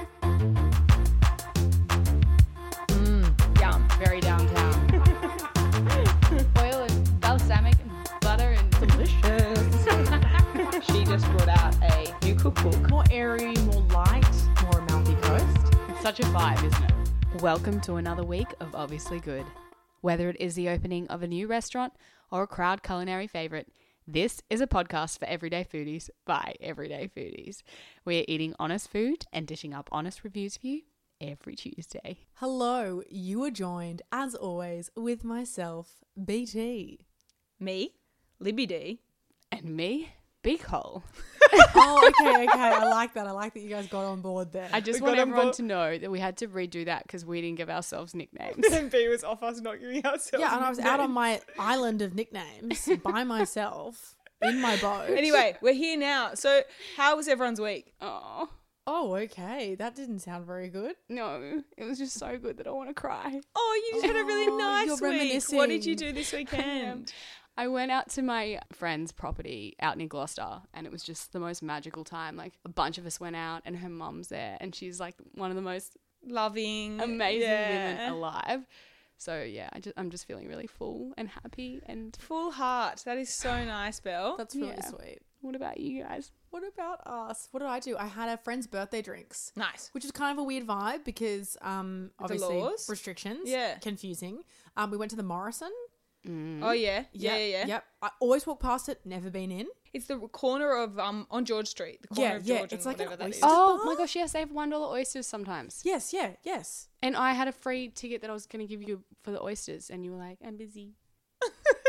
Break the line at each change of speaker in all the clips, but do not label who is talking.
book.
More airy, more light, more mouthy coast.
It's such a vibe, isn't it?
Welcome to another week of Obviously Good. Whether it is the opening of a new restaurant or a crowd culinary favourite, this is a podcast for everyday foodies by everyday foodies. We are eating honest food and dishing up honest reviews for you every Tuesday.
Hello, you are joined, as always, with myself, BT.
Me, Libby D.
And me, Big Hole.
oh, okay, okay. I like that. I like that you guys got on board there.
I just
We
want
got on
everyone
board.
to know that we had to redo that because we didn't give ourselves nicknames.
And B was off us not giving ourselves.
yeah, and I was out on my island of nicknames by myself in my boat.
Anyway, we're here now. So, how was everyone's week?
oh,
Oh, okay. That didn't sound very good.
no. It was just so good that I want to cry.
Oh, you just had a really
Oh,
nice
you're
week. What did
reminiscing.
you do this weekend?
I went out to my friend's property out near Gloucester and it was just the most magical time. Like a bunch of us went out and her mum's there and she's like one of the most
Loving,
amazing
yeah.
women alive. So yeah, I just, I'm just feeling really full and happy. And
Full heart. That is so nice, Belle.
That's really
Yeah.
sweet.
what about you guys?
What about us? What did I do? I had a friend's birthday drinks.
nice.
which is kind of a weird vibe because um obviously
laws?
restrictions
Yeah.
confusing um we went to the morrison
Oh yeah, yeah, yeah,
Yep,
yeah.
yep i always walk past it never been in
It's the corner of um on George Street. The corner
Yeah,
of
yeah,
George and
it's like an
whatever that is.
oyster-
Oh
bar?
my gosh, yes, they have one dollar oysters sometimes.
yes yeah yes
And I had a free ticket that I was going to give you for the oysters, and you were like, "I'm busy."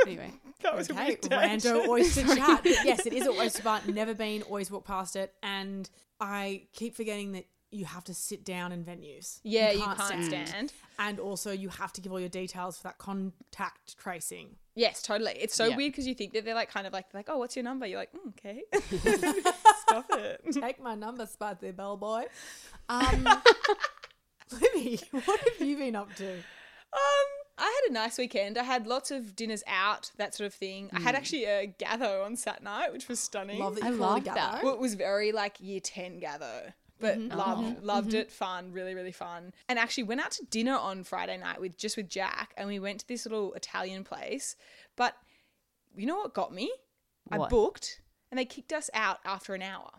anyway,
That was
okay
a weird
rando oyster chat But yes it is an oyster bar never been always walk past it and i keep forgetting that you have to sit down in venues
Yeah, you can't, stand.
and also you have to give all your details for that contact tracing
Yes, totally. It's so
Yeah.
weird because you think that they're like kind of like like oh, what's your number? You're like mm, okay.
take my number spotty bellboy um Libby, what have you been up to?
Um, I had a nice weekend. I had lots of dinners out, that sort of thing. I had actually a gather on Sat night, which was stunning.
Mm. Love that you
I
call
love
it a
that.
gather.
Well, it was very like year 10 gather. But
Mm-hmm.
loved
Oh.
loved it, fun, really, really fun. And actually went out to dinner on Friday night with just with Jack and we went to this little Italian place. But you know what got me? I
What?
booked and they kicked us out after an hour.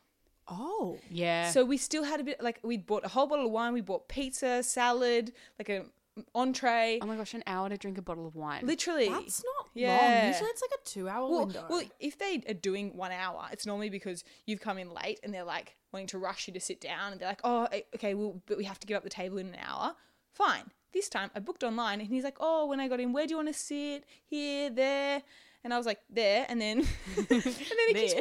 Oh,
yeah.
So we still had a bit like we bought a whole bottle of wine, we bought pizza, salad, like a mm, entree.
oh my gosh, an hour to drink a bottle of wine.
Literally.
Um, that's not long.
Yeah.
Usually it's like a two-hour
Well,
window.
well, if they are doing one hour, it's normally because you've come in late and they're like wanting to rush you to sit down, and they're like, "Oh, eh, okay, well, but we have to give up the table in an hour." Fine. This time I booked online, and he's like, "Oh, when I got in, where do you want to sit? Here, there." And I was like, there, and then, and then he kicks me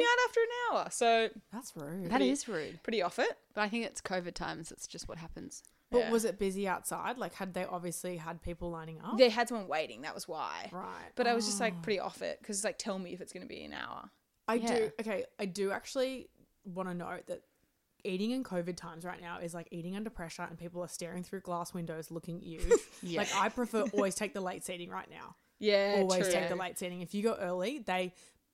There.
out after an hour. So
that's rude.
that is rude.
pretty off it.
But I think it's COVID times. It's just what happens.
but was it busy outside? Like, had they obviously had people lining up?
They had someone waiting. That was why.
Right.
But I was just like pretty off it because like, tell me if it's going to be an hour.
I
Yeah.
do. Okay, I do actually want to note that eating in COVID times right now is like eating under pressure, and people are staring through glass windows looking at you.
Yeah.
Like, I prefer always take the late seating right now.
Yeah,
Always
true.
take the late seating. If you go early, they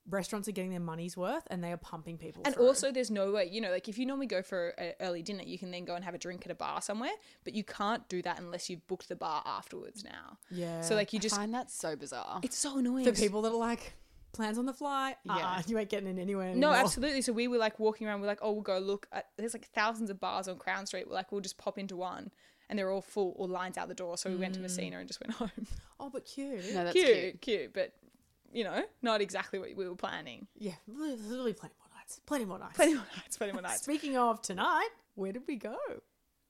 restaurants are getting their money's worth, and they are pumping people.
And
through.
also, there's no way, you know, like if you normally go for an early dinner, you can then go and have a drink at a bar somewhere, but you can't do that unless you've booked the bar afterwards now.
yeah.
So, like, you just,
I find that so bizarre.
it's so annoying.
for people that are like plans on the fly, yeah,
Yeah.
you ain't getting in anywhere.
No,
anymore.
absolutely. So, we were like walking around, we're like, oh, we'll go look at, there's like thousands of bars on Crown Street. We're like, we'll just pop into one. And they're all full or lines out the door. So, we went to Messina and just went home.
Oh, but Mm. cute.
no, that's
cute,
cute.
cute, but, you know, not exactly what we were planning.
Yeah, li- literally plenty more nights. Plenty more nights.
Plenty more nights, plenty more nights.
Speaking of tonight, where did we go?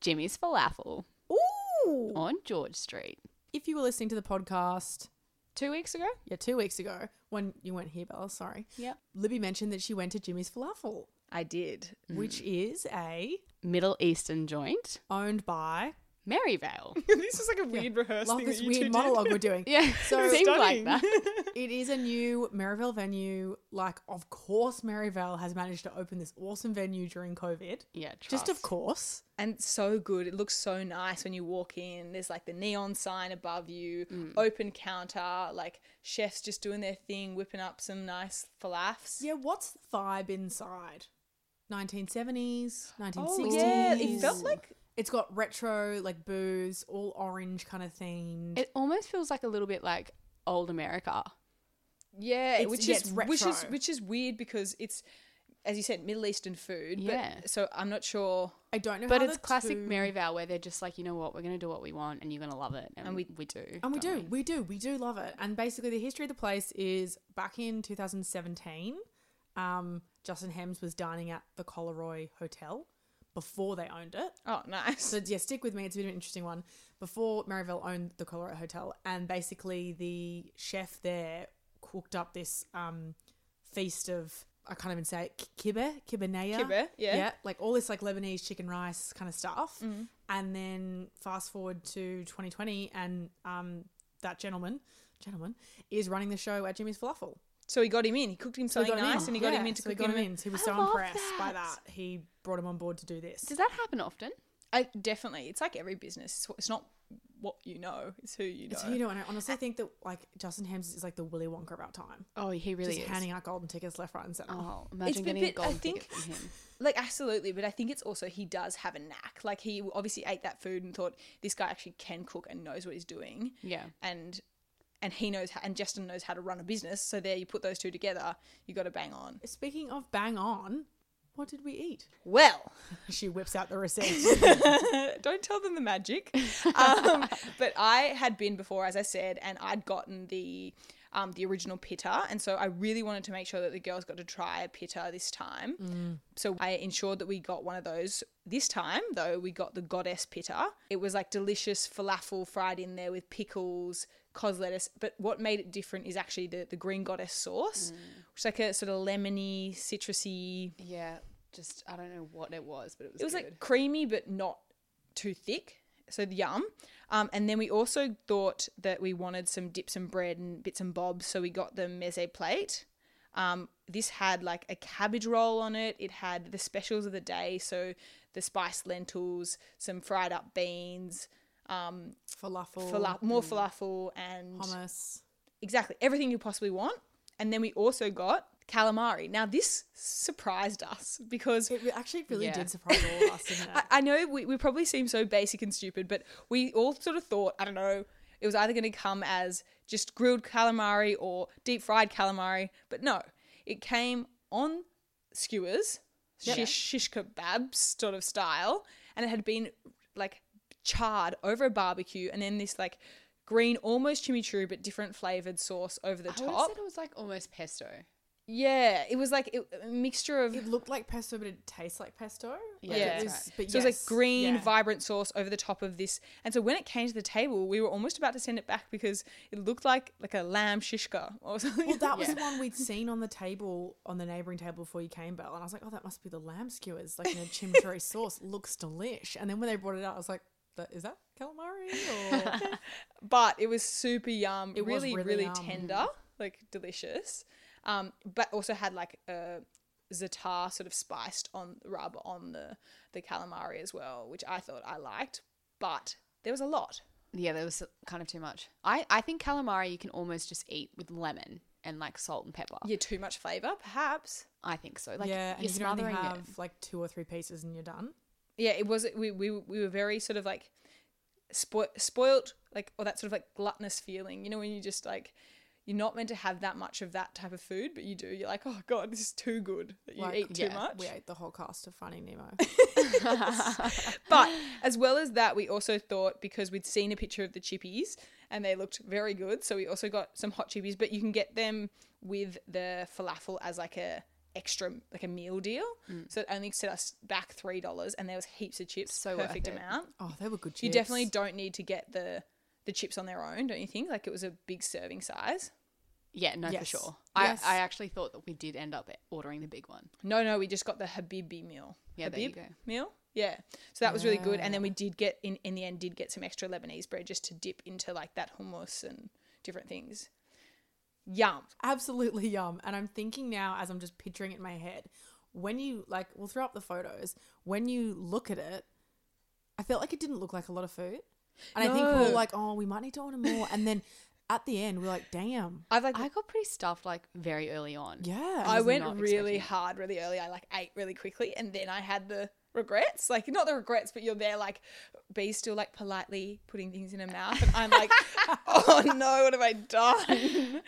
Jimmy's Falafel
Ooh!
on George Street.
If you were listening to the podcast,
Two weeks ago?
yeah, two weeks ago when you weren't here, Bella, sorry.
Yep.
Libby mentioned that she went to Jimmy's Falafel,
I did.
which is a
Middle Eastern joint,
owned by.
Maryvale.
this is like a weird rehearsal.
Love
thing
this
that you two
weird
did.
monologue we're doing.
yeah,
So
so seemed
stunning.
like that.
It is a new Maryvale venue. Like, of course, Maryvale has managed to open this awesome venue during COVID.
Yeah,
Just of
trust.
course.
and it's so good. It looks so nice when you walk in. There's like the neon sign above you,
Mm.
open counter, like chefs just doing their thing, whipping up some nice falafels.
Yeah, what's the vibe inside? 1970s, 1960s.
Oh yeah, it felt like
it's got retro like booze, all orange kind of themed.
It almost feels like a little bit like old America.
yeah,
It's-
which
yeah,
is
it's
which is
retro.
which is weird because it's as you said, Middle Eastern food.
Yeah.
But, so I'm not sure.
I don't know.
But
how
it's
the
classic
two-
Maryvale where they're just like, you know what, we're going to do what we want and you're going to love it. And, we,
we-
we do.
And we
don't
do, we do, we do love it. And basically, the history of the place is back in 2017, um, Justin Hems was dining at the Coleroy Hotel before they owned it.
Oh, nice.
So yeah, stick with me. It's a bit of an interesting one. Before Maryvale owned the Colorado Hotel, and basically the chef there cooked up this um, feast of I can't even say it, k- kibbeh, kibbenaya,
Kibbeh, yeah. Mm-hmm.
like all this like Lebanese chicken rice kind of stuff. And then fast forward to 2020, and um, that gentleman, gentleman, is running the show at Jimmy's Falafel.
so he got him in. He cooked him
So we
something
got him
Oh, nice,
in.
and he got
Yeah,
him in to
so we
cook
got
him.
him in. He was
I
so
love
impressed by
that.
that. He brought him on board to do this.
Does that happen often?
I, definitely, it's like every business. It's, what- it's not what you know; it's who you know.
It's who you know, and I honestly think that like Justin Hems is like the Willy Wonka about time,
Oh, he really
just
is.
handing out golden tickets left, right, and center.
oh, imagine
been a
getting a
bit- I
golden
think-
ticket from him.
Like absolutely, but I think it's also he does have a knack. Like he obviously ate that food and thought this guy actually can cook and knows what he's doing,
Yeah.
and and he knows how, and Justin knows how to run a business. So there, you put those two together, you got to bang on.
Speaking of bang on, what did we eat?
Well,
She whips out the receipt.
don't tell them the magic. Um, but I had been before, as I said, and I'd gotten the um, the original pitta, and so I really wanted to make sure that the girls got to try a pitta this time. So I ensured that we got one of those this time. Though we got the goddess pitta. It was like delicious falafel fried in there with pickles. Cos lettuce, but what made it different is actually the, the green goddess sauce, which is like a sort of lemony, citrusy,
Yeah. Just, I don't know what it was, but
it was like creamy but not too thick so yum um, and then we also thought that we wanted some dips and bread and bits and bobs so we got the meze plate um, this had like a cabbage roll on it it had the specials of the day so the spiced lentils some fried up beans um,
falafel,
fala- more falafel and
hummus.
exactly everything you possibly want and then we also got calamari now this surprised us because
It re- actually really
Yeah.
did surprise all of us, didn't it?
I, I know we, we probably seem so basic and stupid, but we all sort of thought, I don't know, it was either going to come as just grilled calamari or deep fried calamari, but no, it came on skewers, shish, shish kebab sort of style, and it had been like charred over a barbecue and then this like green, almost chimichurri, but different flavored sauce over the
I would've
top.
said Oh, it was like almost pesto.
yeah, it was like it, a mixture of.
It looked like pesto, but it tastes like pesto. Like,
Yeah,
it
that's
was-
right.
but
So it
yes,
was like green,
yeah.
vibrant sauce over the top of this. And so when it came to the table, we were almost about to send it back because it looked like like a lamb shishka or something.
Well, that was
Yeah.
the one we'd seen on the table, on the neighbouring table before you came, Belle. And I was like, oh, that must be the lamb skewers, like in a chimichurri sauce. Looks delish. And then when they brought it out, I was like, "That- is that calamari? Or
but it was super yum.
It was
really,
really
really
yum.
tender, like delicious. Um, but also had like a za'atar sort of spiced on rub on the the calamari as well, which I thought I liked. But there was a lot.
Yeah, that was kind of too much. I, I think calamari you can almost just eat with lemon and like salt and pepper.
Yeah, too much flavor, perhaps.
I think so. Like
yeah, and
you're
you can only
smothering
have
it.
like two or three pieces and you're done.
yeah, it was we we we were very sort of like spo- spoilt like or that sort of like gluttonous feeling. You know when you just like you're not meant to have that much of that type of food, but you do. You're like, oh god, this is too good. that You
Like,
eat too
yeah,
much.
We ate the whole cast of Finding Nemo.
But as well as that, we also thought because we'd seen a picture of the chippies and they looked very good, so we also got some hot chippies. But you can get them with the falafel as like a extra like a meal deal.
Mm.
So it only set us back three dollars, and there was heaps of chips,
So worth
perfect
it.
amount.
oh, they were good chips.
You definitely don't need to get the the chips on their own, don't you think? Like it was a big serving size.
Yeah, no for
Yes.
sure.
Yes.
I, I actually thought that we did end up ordering the big one.
No, no, we just got the Habibi meal.
Yeah, there you
Habib
go. Ah.
meal. Yeah. So that was really good. And then we did get in in the end did get some extra Lebanese bread just to dip into like that hummus and different things. Yum.
absolutely yum. And I'm thinking now as I'm just picturing it in my head, when you like, we'll throw up the photos. When you look at it, I felt like it didn't look like a lot of food, and I think we
No.
were like, oh, we might need to order more. And then at the end, we we're like, damn,
I've like
I got pretty stuffed like very early on.
yeah.
I
was
went
not
really
expecting it.
hard really early. I like ate really quickly and then I had the regrets. Like not the regrets, but you're there like B's still like politely putting things in her mouth and I'm like, oh no, what have I done?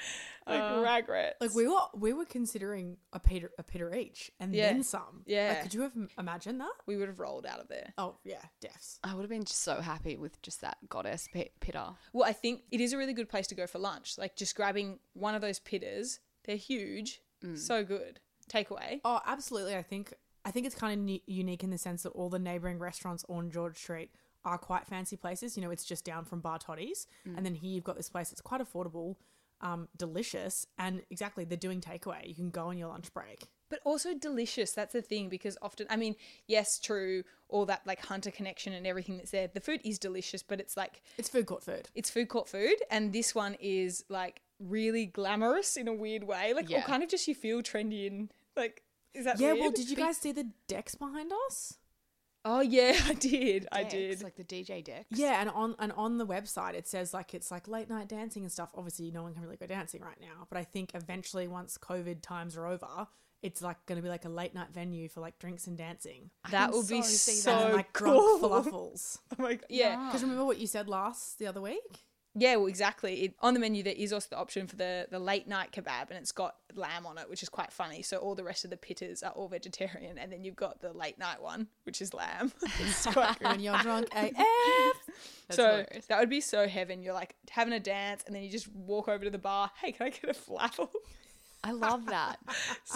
like
Uh.
regrets.
Like we were we were considering a Peter a Peter each and
Yeah.
then some.
Yeah.
Like, could you have im- imagined that?
we would have rolled out of there.
Oh yeah, deaths.
I would have been just so happy with just that goddess pit- pitter.
Well, I think it is a really good place to go for lunch. Like just grabbing one of those pitters. They're huge.
Mm.
So good. Takeaway.
Oh, absolutely. I think I think it's kind of ne- unique in the sense that all the neighboring restaurants on George Street are quite fancy places. You know, it's just down from Bar Toddy's, and then here you've got this place that's quite affordable, um, delicious, and exactly they're doing takeaway. You can go on your lunch break.
But also delicious. That's the thing because often, I mean, yes, true, all that like hunter connection and everything that's there. The food is delicious, but it's like
It's food court food.
it's food court food, and this one is like really glamorous in a weird way. Like, or
Yeah.
kind of just you feel trendy and like, is that
yeah.
weird?
Well, did you guys see the decks behind us?
oh yeah, I did. I
decks,
did.
like the DJ decks.
Yeah, and on and on the website it says like it's like late night dancing and stuff. Obviously, no one can really go dancing right now, but I think eventually once COVID times are over, it's like going to be like a late night venue for like drinks and dancing.
that
can
would be
so see
so
that.
and then, like
cool.
drunk falafels.
Oh my god. Yeah.
Because remember what you said last the other week?
Yeah, well, exactly. It, on the menu, there is also the option for the, the late night kebab, and it's got lamb on it, which is quite funny. So all the rest of the pitters are all vegetarian, and then you've got the late night one, which is lamb. It's quite good.
When you're drunk AF.
That's
so
hilarious.
that would be so heaven. You're like having a dance, and then you just walk over to the bar. Hey, can I get a falafel?
I love that.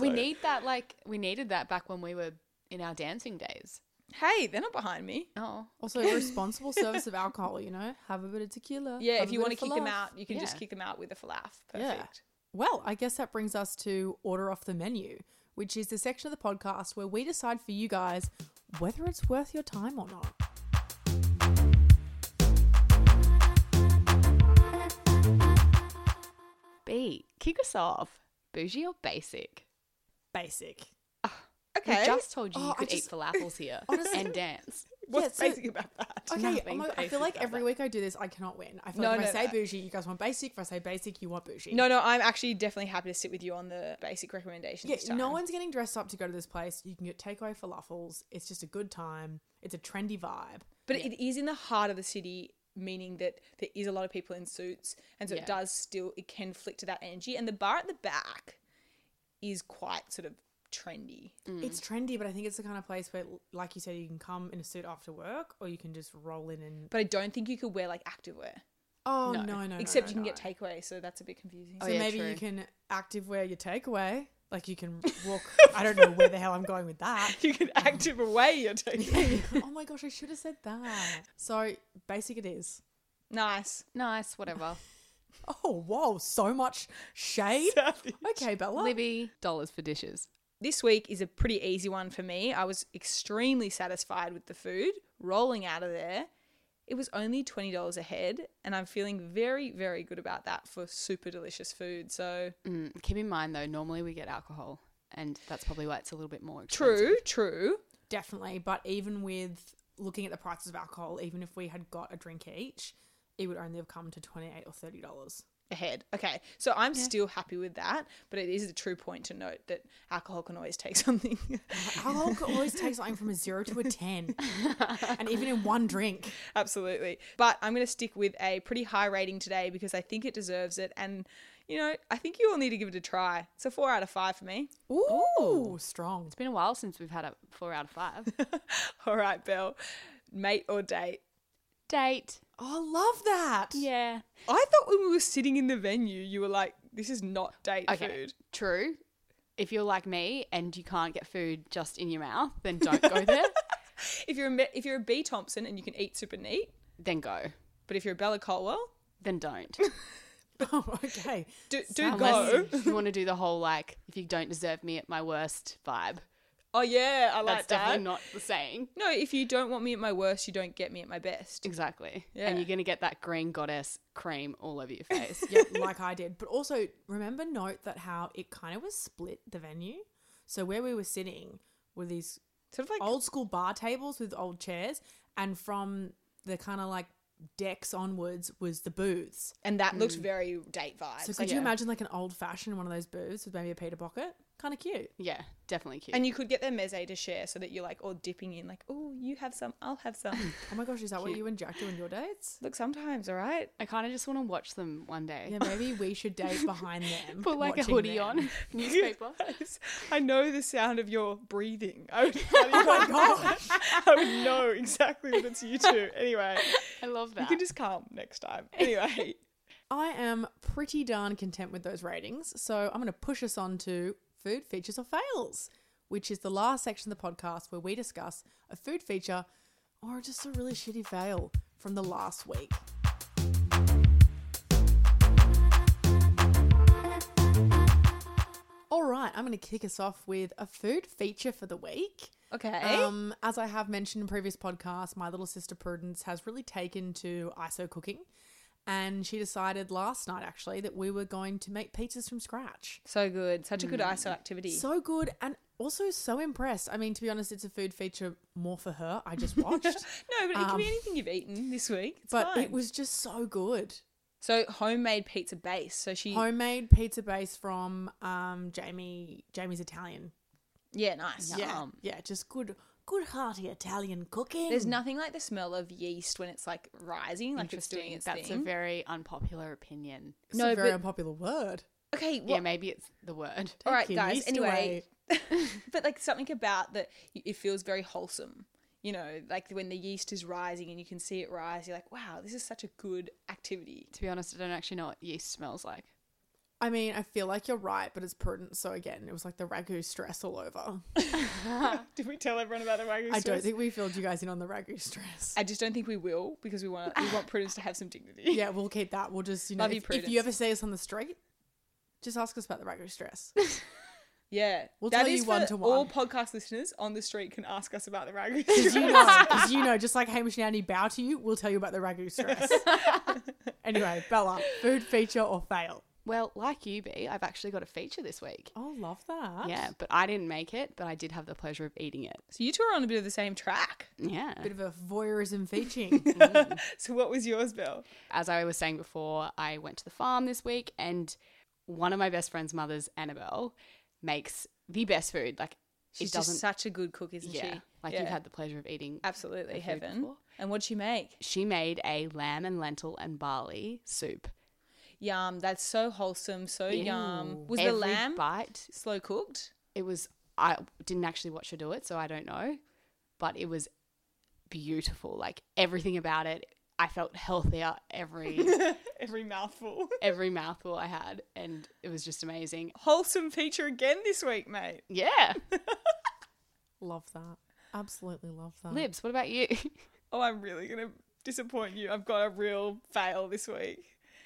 we need that. Like we needed that back when we were in our dancing days.
Hey, they're not behind me.
Oh,
Also, responsible service of alcohol, you know? Have a bit of tequila.
Yeah,
have
if
a
you
bit
want to
of
kick them
falafel.
out, you can just
Yeah.
kick them out with a falafel.
Yeah.
Perfect.
Well, I guess that brings us to order off the menu, which is the section of the podcast where we decide for you guys whether it's worth your time or not.
B, kick us off. Bougie or basic?
Basic.
Okay.
We just told you
Oh,
you
I
could
just-
eat falafels here
Honestly-
and dance.
What's
yeah, so-
basic about that?
Okay, oh
nothing
my God, I
basic
feel like
about
every
that.
week I do this, I cannot win. I feel
No,
like if
no,
I say
no.
bougie, you guys want basic. If I say basic, you want bougie.
No, no, I'm actually definitely happy to sit with you on the basic recommendations.
Yeah,
this time.
no one's getting dressed up to go to this place. You can get takeaway falafels. It's just a good time. It's a trendy vibe.
But it is in the heart of the city, meaning that there is a lot of people in suits, and so
Yeah.
it does still it can flick to that energy. And the bar at the back is quite sort of trendy.
It's trendy, but I think it's the kind of place where, like you said, you can come in a suit after work, or you can just roll in and.
But I don't think you could wear like activewear,
Oh
No.
no, no, no
except
no,
you can
no.
get takeaway. So that's a bit confusing.
Oh,
So
yeah,
maybe you
true.
can activewear your takeaway. Like you can walk. I don't know where the hell I'm going with that.
You can active away your takeaway.
oh my gosh, I should have said that. So basic it is.
nice.
Nice, whatever.
Oh whoa, so much shade. Okay, Bella.
Libby, dollars for dishes.
This week is a pretty easy one for me. I was extremely satisfied with the food, rolling out of there. It was only $20 a head, and I'm feeling very, very good about that for super delicious food. So,
Mm, keep in mind though, normally we get alcohol, and that's probably why it's a little bit more expensive.
true, true.
Definitely, but even with looking at the prices of alcohol, even if we had got a drink each, it would only have come to twenty eight or thirty dollars.
ahead. Okay. So I'm still happy with that, but it is a true point to note that alcohol can always take something.
Alcohol can always take something from a zero to a ten, and even in one drink.
Absolutely. But I'm going to stick with a pretty high rating today because I think it deserves it. And, you know, I think you all need to give it a try. It's a four out of five for me.
Ooh, strong.
It's been a while since we've had a four out of five.
All right, Belle. Mate or date?
Date.
Oh, love that.
Yeah.
I thought when we were sitting in the venue, you were like, this is not date
Okay.
food.
True. If you're like me and you can't get food just in your mouth, then don't go there.
If you're a, me- if you're a B Thompson and you can eat super neat,
then go.
but if you're a Bella Colwell,
Then don't.
Oh, okay.
do, do
Unless
go.
you want to do the whole like, if you don't deserve me at my worst vibe.
Oh, yeah, I
That's
like that.
definitely not the saying.
No, if you don't want me at my worst, you don't get me at my best.
Exactly.
Yeah.
And you're going to get that green goddess cream all over your face.
yeah, like I did. But also remember note that how it kind of was split the venue. So where we were sitting were these
Sort of like
old school bar tables with old chairs, and from the kind of like decks onwards was the booths.
and that looks very date vibes.
So could
Like,
you imagine like an old fashioned one of those booths with maybe a Peter Pocket? kind of cute.
Yeah, definitely cute.
And you could get their meze to share so that you're like all dipping in, like, oh, you have some, I'll have some.
Oh my gosh, is that what you and Jack do on your dates?
Look, sometimes, all right?
I kind of just want to watch them one day.
Yeah, maybe we should date behind them.
Put like a
watching
hoodie
them.
on, newspaper.
I know the sound of your breathing. I would, oh my gosh. I would know exactly that it's you two. Anyway,
I love
you
that.
can just come next time. Anyway,
I am pretty darn content with those ratings, so I'm going to push us on to food features or fails, which is the last section of the podcast where we discuss a food feature or just a really shitty fail from the last week. All right, I'm going to kick us off with a food feature for the week.
okay.
Um, as I have mentioned in previous podcasts, my little sister Prudence has really taken to ISO cooking. And she decided last night, actually, that we were going to make pizzas from scratch.
so good. Such a good ISO activity.
So good and also so impressed. I mean, to be honest, it's a food feature more for her. I just watched,
no, but it can be anything you've eaten this week. It's
but
fine.
it was just so good.
so homemade pizza base. So she,
Homemade pizza base from um, Jamie Jamie's Italian.
yeah, nice. Yum.
yeah, just good, good hearty Italian cooking.
There's nothing like the smell of yeast when it's like rising, like it's doing
Interesting.
its
That's
thing.
a very unpopular opinion.
it's
no,
a very
but-
unpopular word.
okay,
Yeah,
well,
maybe it's the word.
all right,
Take your
guys.
yeast
Anyway,
away.
but like something about that, y- it feels very wholesome. You know, like when the yeast is rising and you can see it rise, you're like, wow, this is such a good activity.
To be honest, I don't actually know what yeast smells like.
I mean, I feel like you're right, but it's prudent. So again, it was like the ragu stress all over.
Did we tell everyone about the wagyu
I don't think we filled you guys in on the ragu stress.
I just don't think we will because we want we want Prudence to have some dignity.
yeah, we'll keep that. We'll just you know
Love you,
if, if
Prudence.
you ever see us on the street, just ask us about the ragu stress.
Yeah,
We'll
That
tell
is
you
for
one-to-one.
All podcast listeners on the street can ask us about the ragu.
Because you know, 'cause you know, just like Hamish and Andy bow to you, we'll tell you about the ragu stress. anyway, Bella, food feature or fail?
Well, like you, B, I've actually got a feature this week.
Oh, love that.
Yeah, but I didn't make it, but I did have the pleasure of eating it.
so you two are on a bit of the same track.
Yeah.
Bit of a voyeurism featuring.
So what was yours, Bill?
As I was saying before, I went to the farm this week and one of my best friend's mothers, Annabelle, makes the best food. Like,
She's
it doesn't.
just such a good cook, isn't
yeah.
she?
Like,
Yeah.
you've had the pleasure of eating.
absolutely
food
heaven.
before.
And what'd she make?
She made a lamb and lentil and barley soup.
Yum. That's so wholesome. So yum. Was
Every
the lamb
bite
slow cooked?
it was I didn't actually watch her do it, so I don't know, but it was beautiful. Like everything about it, I felt healthier every
Every mouthful.
every mouthful I had, and it was just amazing.
Wholesome feature again this week, mate.
Yeah,
love that. Absolutely love that.
Libs. What about you?
Oh, I'm really gonna disappoint you. I've got a real fail this week.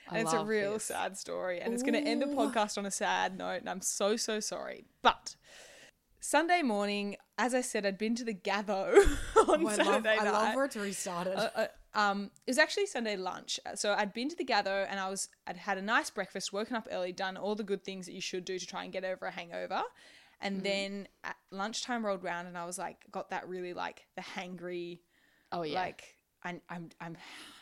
I
And it's a
love
real
this.
sad story. And it's going to end the podcast on a sad note. And I'm so, so sorry. But Sunday morning, as I said, I'd been to the Gather on
Oh, I, love,
Saturday
I
night.
love where it's restarted.
Uh, uh, um, it was actually Sunday lunch. uh, So I'd been to the Gather and I was I'd had a nice breakfast, woken up early, done all the good things that you should do to try and get over a hangover. And
Mm-hmm.
then at lunchtime rolled round and I was like, got that really like the hangry,
Oh yeah,
like I, I'm I'm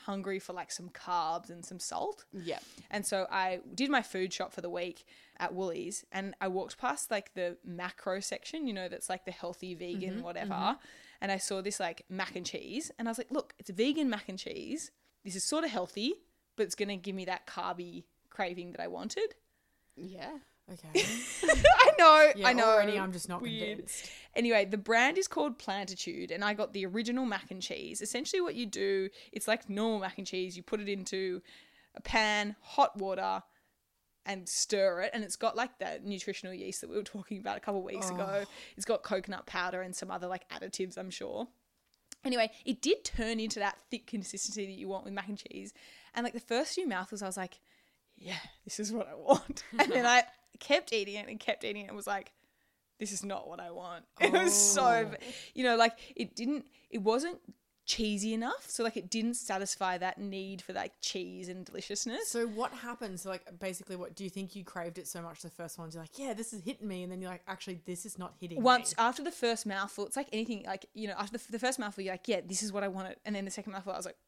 hungry for like some carbs and some salt.
yeah.
And so I did my food shop for the week at Woolies and I walked past like the macro section, you know, that's like the healthy vegan
Mm-hmm,
whatever. And I saw this like mac and cheese and I was like, look, it's vegan mac and cheese. This is sort of healthy, but it's going to give me that carby craving that I wanted.
Yeah.
okay.
I know,
Yeah,
I know.
already I'm just not
Weird.
convinced.
Anyway, the brand is called Plantitude, and I got the original mac and cheese. Essentially, what you do, it's like normal mac and cheese. You put it into a pan, hot water, and stir it. And it's got like that nutritional yeast that we were talking about a couple of weeks ago. It's got coconut powder and some other like additives, I'm sure. Anyway, it did turn into that thick consistency that you want with mac and cheese. And like the first few mouthfuls, I was like, yeah, this is what I want. And then I kept eating it and kept eating it and was like, this is not what I want. It was so, you know, like it didn't, it wasn't cheesy enough. So like it didn't satisfy that need for like cheese and deliciousness.
So what happens? So, Like basically, what do you think you craved it so much? The first ones, you're like, yeah, this is hitting me, and then you're like, actually, this is not hitting.
Once
me.
after the first mouthful, it's like anything, like you know, after the, the first mouthful, you're like, yeah, this is what I wanted, and then the second mouthful, I was like,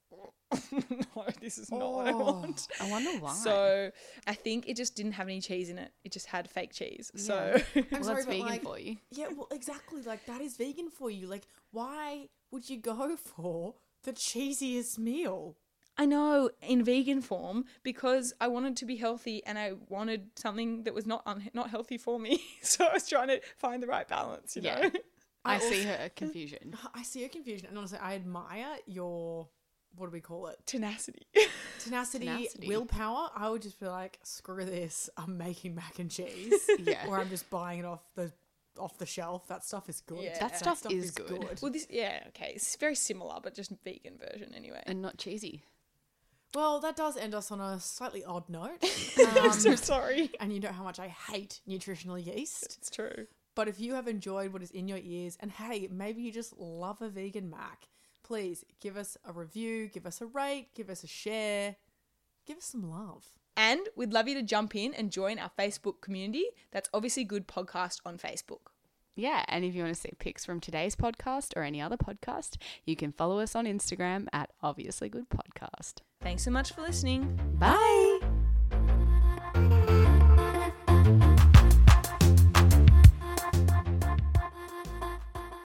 "Ugh, no, this is not what I want.
I wonder why.
So I think it just didn't have any cheese in it. It just had fake cheese. So
I'm
well,
sorry,
that's
but
vegan
like,
for you.
yeah, well, exactly. Like that is vegan for you. Like, why would you go for the cheesiest meal?
I know in vegan form because I wanted to be healthy and I wanted something that was not un- not healthy for me. so I was trying to find the right balance, you
Yeah.
know.
I, see her confusion.
I see your confusion, and honestly, I admire your what do we call it?
Tenacity.
Tenacity,
Tenacity.
willpower. I would just be like, screw this. I'm making mac and cheese,
Yeah.
or I'm just buying it off the off the shelf. That stuff is good.
Yeah.
That stuff is good.
well, this yeah, okay. It's very similar but just vegan version anyway.
and not cheesy.
Well, that does end us on a slightly odd note.
I'm so
Um,
sorry.
and you know how much I hate nutritional yeast.
It's true.
But if you have enjoyed what is in your ears, and hey, maybe you just love a vegan mac, please give us a review, give us a rate, give us a share, give us some love.
And we'd love you to jump in and join our Facebook community. That's obviously good podcast on Facebook.
Yeah, and if you want to see pics from today's podcast or any other podcast, you can follow us on Instagram at Obviously Good Podcast.
Thanks so much for listening.
Bye.